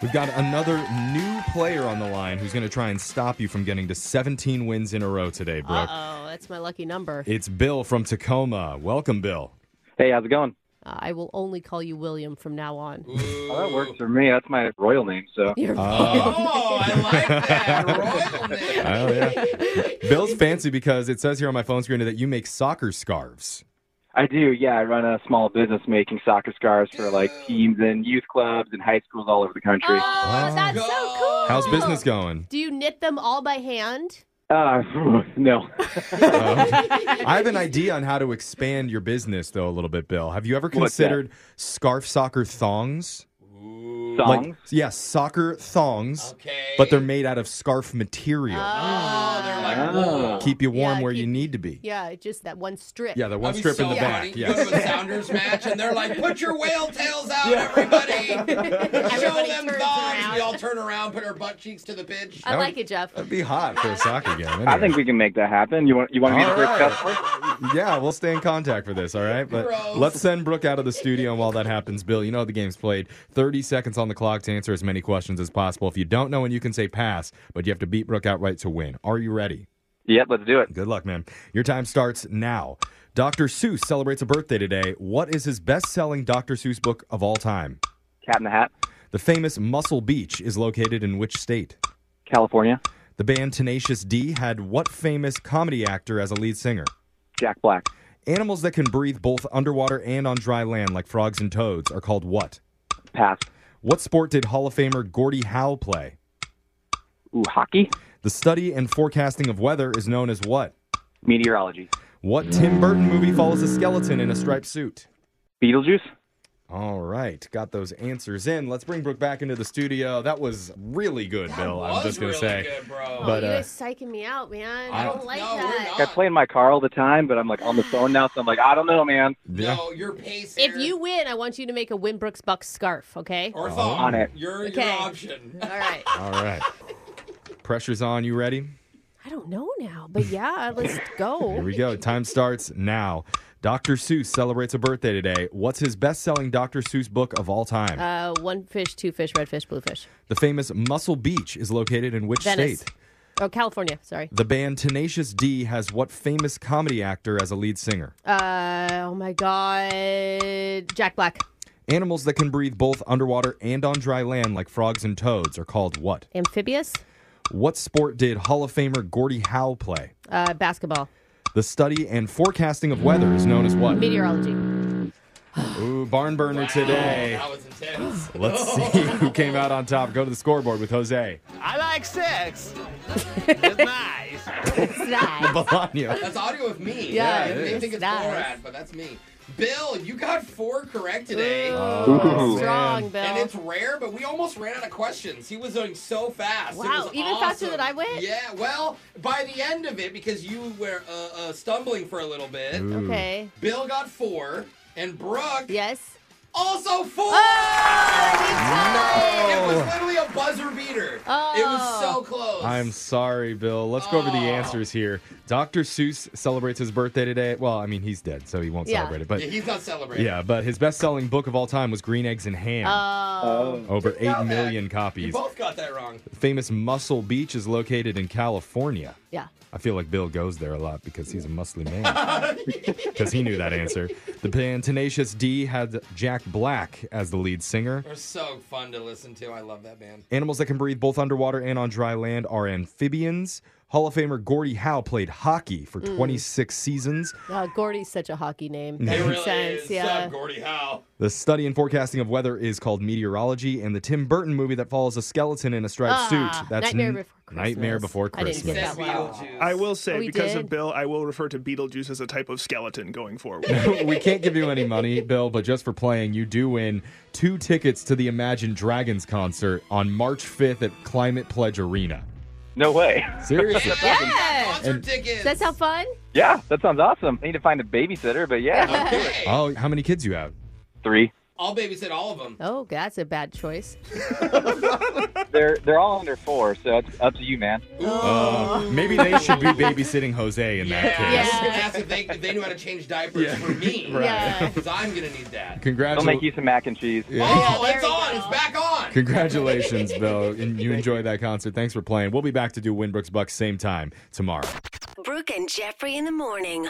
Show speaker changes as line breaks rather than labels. We've got another new player on the line who's going to try and stop you from getting to 17 wins in a row today, Brooke.
Uh oh, that's my lucky number.
It's Bill from Tacoma. Welcome, Bill.
Hey, how's it going?
Uh, I will only call you William from now on.
Oh, that works for me. That's my royal name. So
You're
Oh, I like that. Royal name.
Oh, yeah. Bill's fancy because it says here on my phone screen that you make soccer scarves.
I do. Yeah, I run a small business making soccer scarves for like teams and youth clubs and high schools all over the country.
Oh, that's so cool.
How's
Oh.
business going?
Do you knit them all by hand?
Uh, no.
Oh, Uh, I have an idea on how to expand your business, though, a little bit, Bill. Have you ever
What's that?
considered scarf soccer thongs?
Songs.
Like, yeah, soccer thongs,
Okay.
but they're made out of scarf material.
Oh, they're like
Oh.
keep you warm
Yeah,
where
keep-
you need to be.
Ah. Yeah, just that one strip.
Yeah, the one
That'd be
strip
so
in the
funny.
back.
You Go
Yes.
to a Sounders match, and they're like, "Put your whale tails out, everybody! Show
Everybody
them
turns
thongs." We
around.
all turn around, put our butt cheeks to the pitch.
I like it, Jeff.
That'd be hot for a soccer game.
I
anyway.
think we can make that happen. You want you want to be the
All
first
right.
customer?
yeah, we'll stay in contact for this, all right? But
Gross.
let's send Brooke out of the studio, and while that happens, Bill, you know how the game's played. 30 seconds on the clock to answer as many questions as possible. If you don't know, and you can say pass, but you have to beat Brooke outright to win. Are you ready?
Yep, let's do it.
Good luck, man. Your time starts now. Dr. Seuss celebrates a birthday today. What is his best selling Dr. Seuss book of all time?
Cat in the Hat,
The famous Muscle Beach is located in which state?
California,
The band Tenacious D had what famous comedy actor as a lead singer?
Jack Black,
Animals that can breathe both underwater and on dry land, like frogs and toads, are called what?
pass.
What sport did Hall of Famer Gordie Howe play?
Ooh, hockey,
The study and forecasting of weather is known as what?
meteorology,
What Tim Burton movie follows a skeleton in a striped suit?
Beetlejuice.
All right, got those answers in. Let's bring Brooke back into the studio. That was really good,
That
Bill. I'm
was
Oh, just gonna
really
say.
good, bro.
Oh,
but,
you
uh,
guys psyching me out, man. I,
I
don't
don't-
like
no, we're
that.
I play in my car all the time, but I'm like on the phone now, so I'm like, I don't know, man.
Yeah.
No, your pace.
If
here.
you win, I want you to make a Winbrooks Bucks scarf, okay?
or thong,
On it.
your
Okay.
your option.
All right.
All right, pressure's on. You ready?
I don't know now, but yeah, let's
Here
go.
we go. Time starts now. Dr. Seuss celebrates a birthday today. What's his best-selling Dr. Seuss book of all time?
Uh, one fish, two fish, red fish, blue fish.
the famous Muscle Beach is located in which
Venice.
state?
Oh, California. Sorry.
The band Tenacious D has what famous comedy actor as a lead singer?
Uh, oh my God, Jack Black,
Animals that can breathe both underwater and on dry land, like frogs and toads, are called what?
amphibious,
What sport did Hall of Famer Gordie Howe play?
uh, basketball,
The study and forecasting of weather is known as what?
meteorology.
Ooh, barn burner today.
Oh, That was intense.
Let's see who came out on top. Go to the scoreboard with Jose
I like sex. It's nice.
It's that.
Bolaño.
That's audio of me.
Yeah, it
they
is.
think it's
Nice.
Borat, but that's me. Bill, you got four correct today.
Uh,
Ooh.
Strong, Bill.
And it's rare, but we almost ran out of questions. He was going so fast. It
Wow,
was
even faster
awesome.
than I went?
Yeah, well, by the end of it, because you were uh, uh, stumbling for a little bit,
okay.
Bill got four, and Brooke
Yes.
also four. It was literally a buzzer beater.
Oh.
It was so close.
I'm sorry, Bill. Let's go over the
Oh.
answers here. Dr. Seuss celebrates his birthday today. Well, I mean, he's dead, so he won't
Yeah.
celebrate it. But
Yeah, he's not celebrating.
yeah, but his best-selling book of all time was Green Eggs and Ham.
Oh.
over 8
that.
million
You
copies.
both got that wrong.
Famous Muscle Beach is located in California.
yeah.
I feel like Bill goes there a lot because he's a muscly man. Because he knew that answer. The band Tenacious D had Jack Black as the lead singer.
They're so fun to listen to. I love that band.
Animals that can breathe both underwater and on dry land are amphibians. Hall of Famer Gordie Howe played hockey for
Mm.
26 seasons.
Uh, Gordy's such a hockey name.
It
That makes
really
sense.
is.
Yeah.
Sup, Gordie Howe.
The study and forecasting of weather is called meteorology, and the Tim Burton movie that follows a skeleton in a striped
Ah,
suit. That's
Nightmare
n-
Before Christmas.
Nightmare Before
I didn't
Christmas.
get that
Said
one.
Beetlejuice.
I will say,
We
because
did?
of Bill, I will refer to Beetlejuice as a type of skeleton going forward.
we can't give you any money, Bill, but just for playing, you do win two tickets to the Imagine Dragons concert on March 5th at Climate Pledge Arena.
No way.
Seriously.
Yeah.
Concert tickets.
That sound fun?
Yeah, that sounds awesome. I need to find a babysitter, but yeah,
Okay.
Oh, how many kids you have?
three.
I'll babysit all of them.
Oh, that's a bad choice.
They're they're all under four, so it's up to you, man.
Oh.
Uh, maybe they should be babysitting Jose in that
Yeah.
case.
I was
Yeah.
gonna ask if they, if they knew how to change diapers for me.
Yeah.
Because I'm going to need that.
They'll make
Congratulations.
you some mac and cheese.
Oh,
Yeah,
it's
there we
on.
go.
It's back on.
Congratulations, Bill. And you enjoy that concert. Thanks for playing. We'll be back to do Winbrook's Bucks same time tomorrow.
Brooke and Jeffrey in the morning.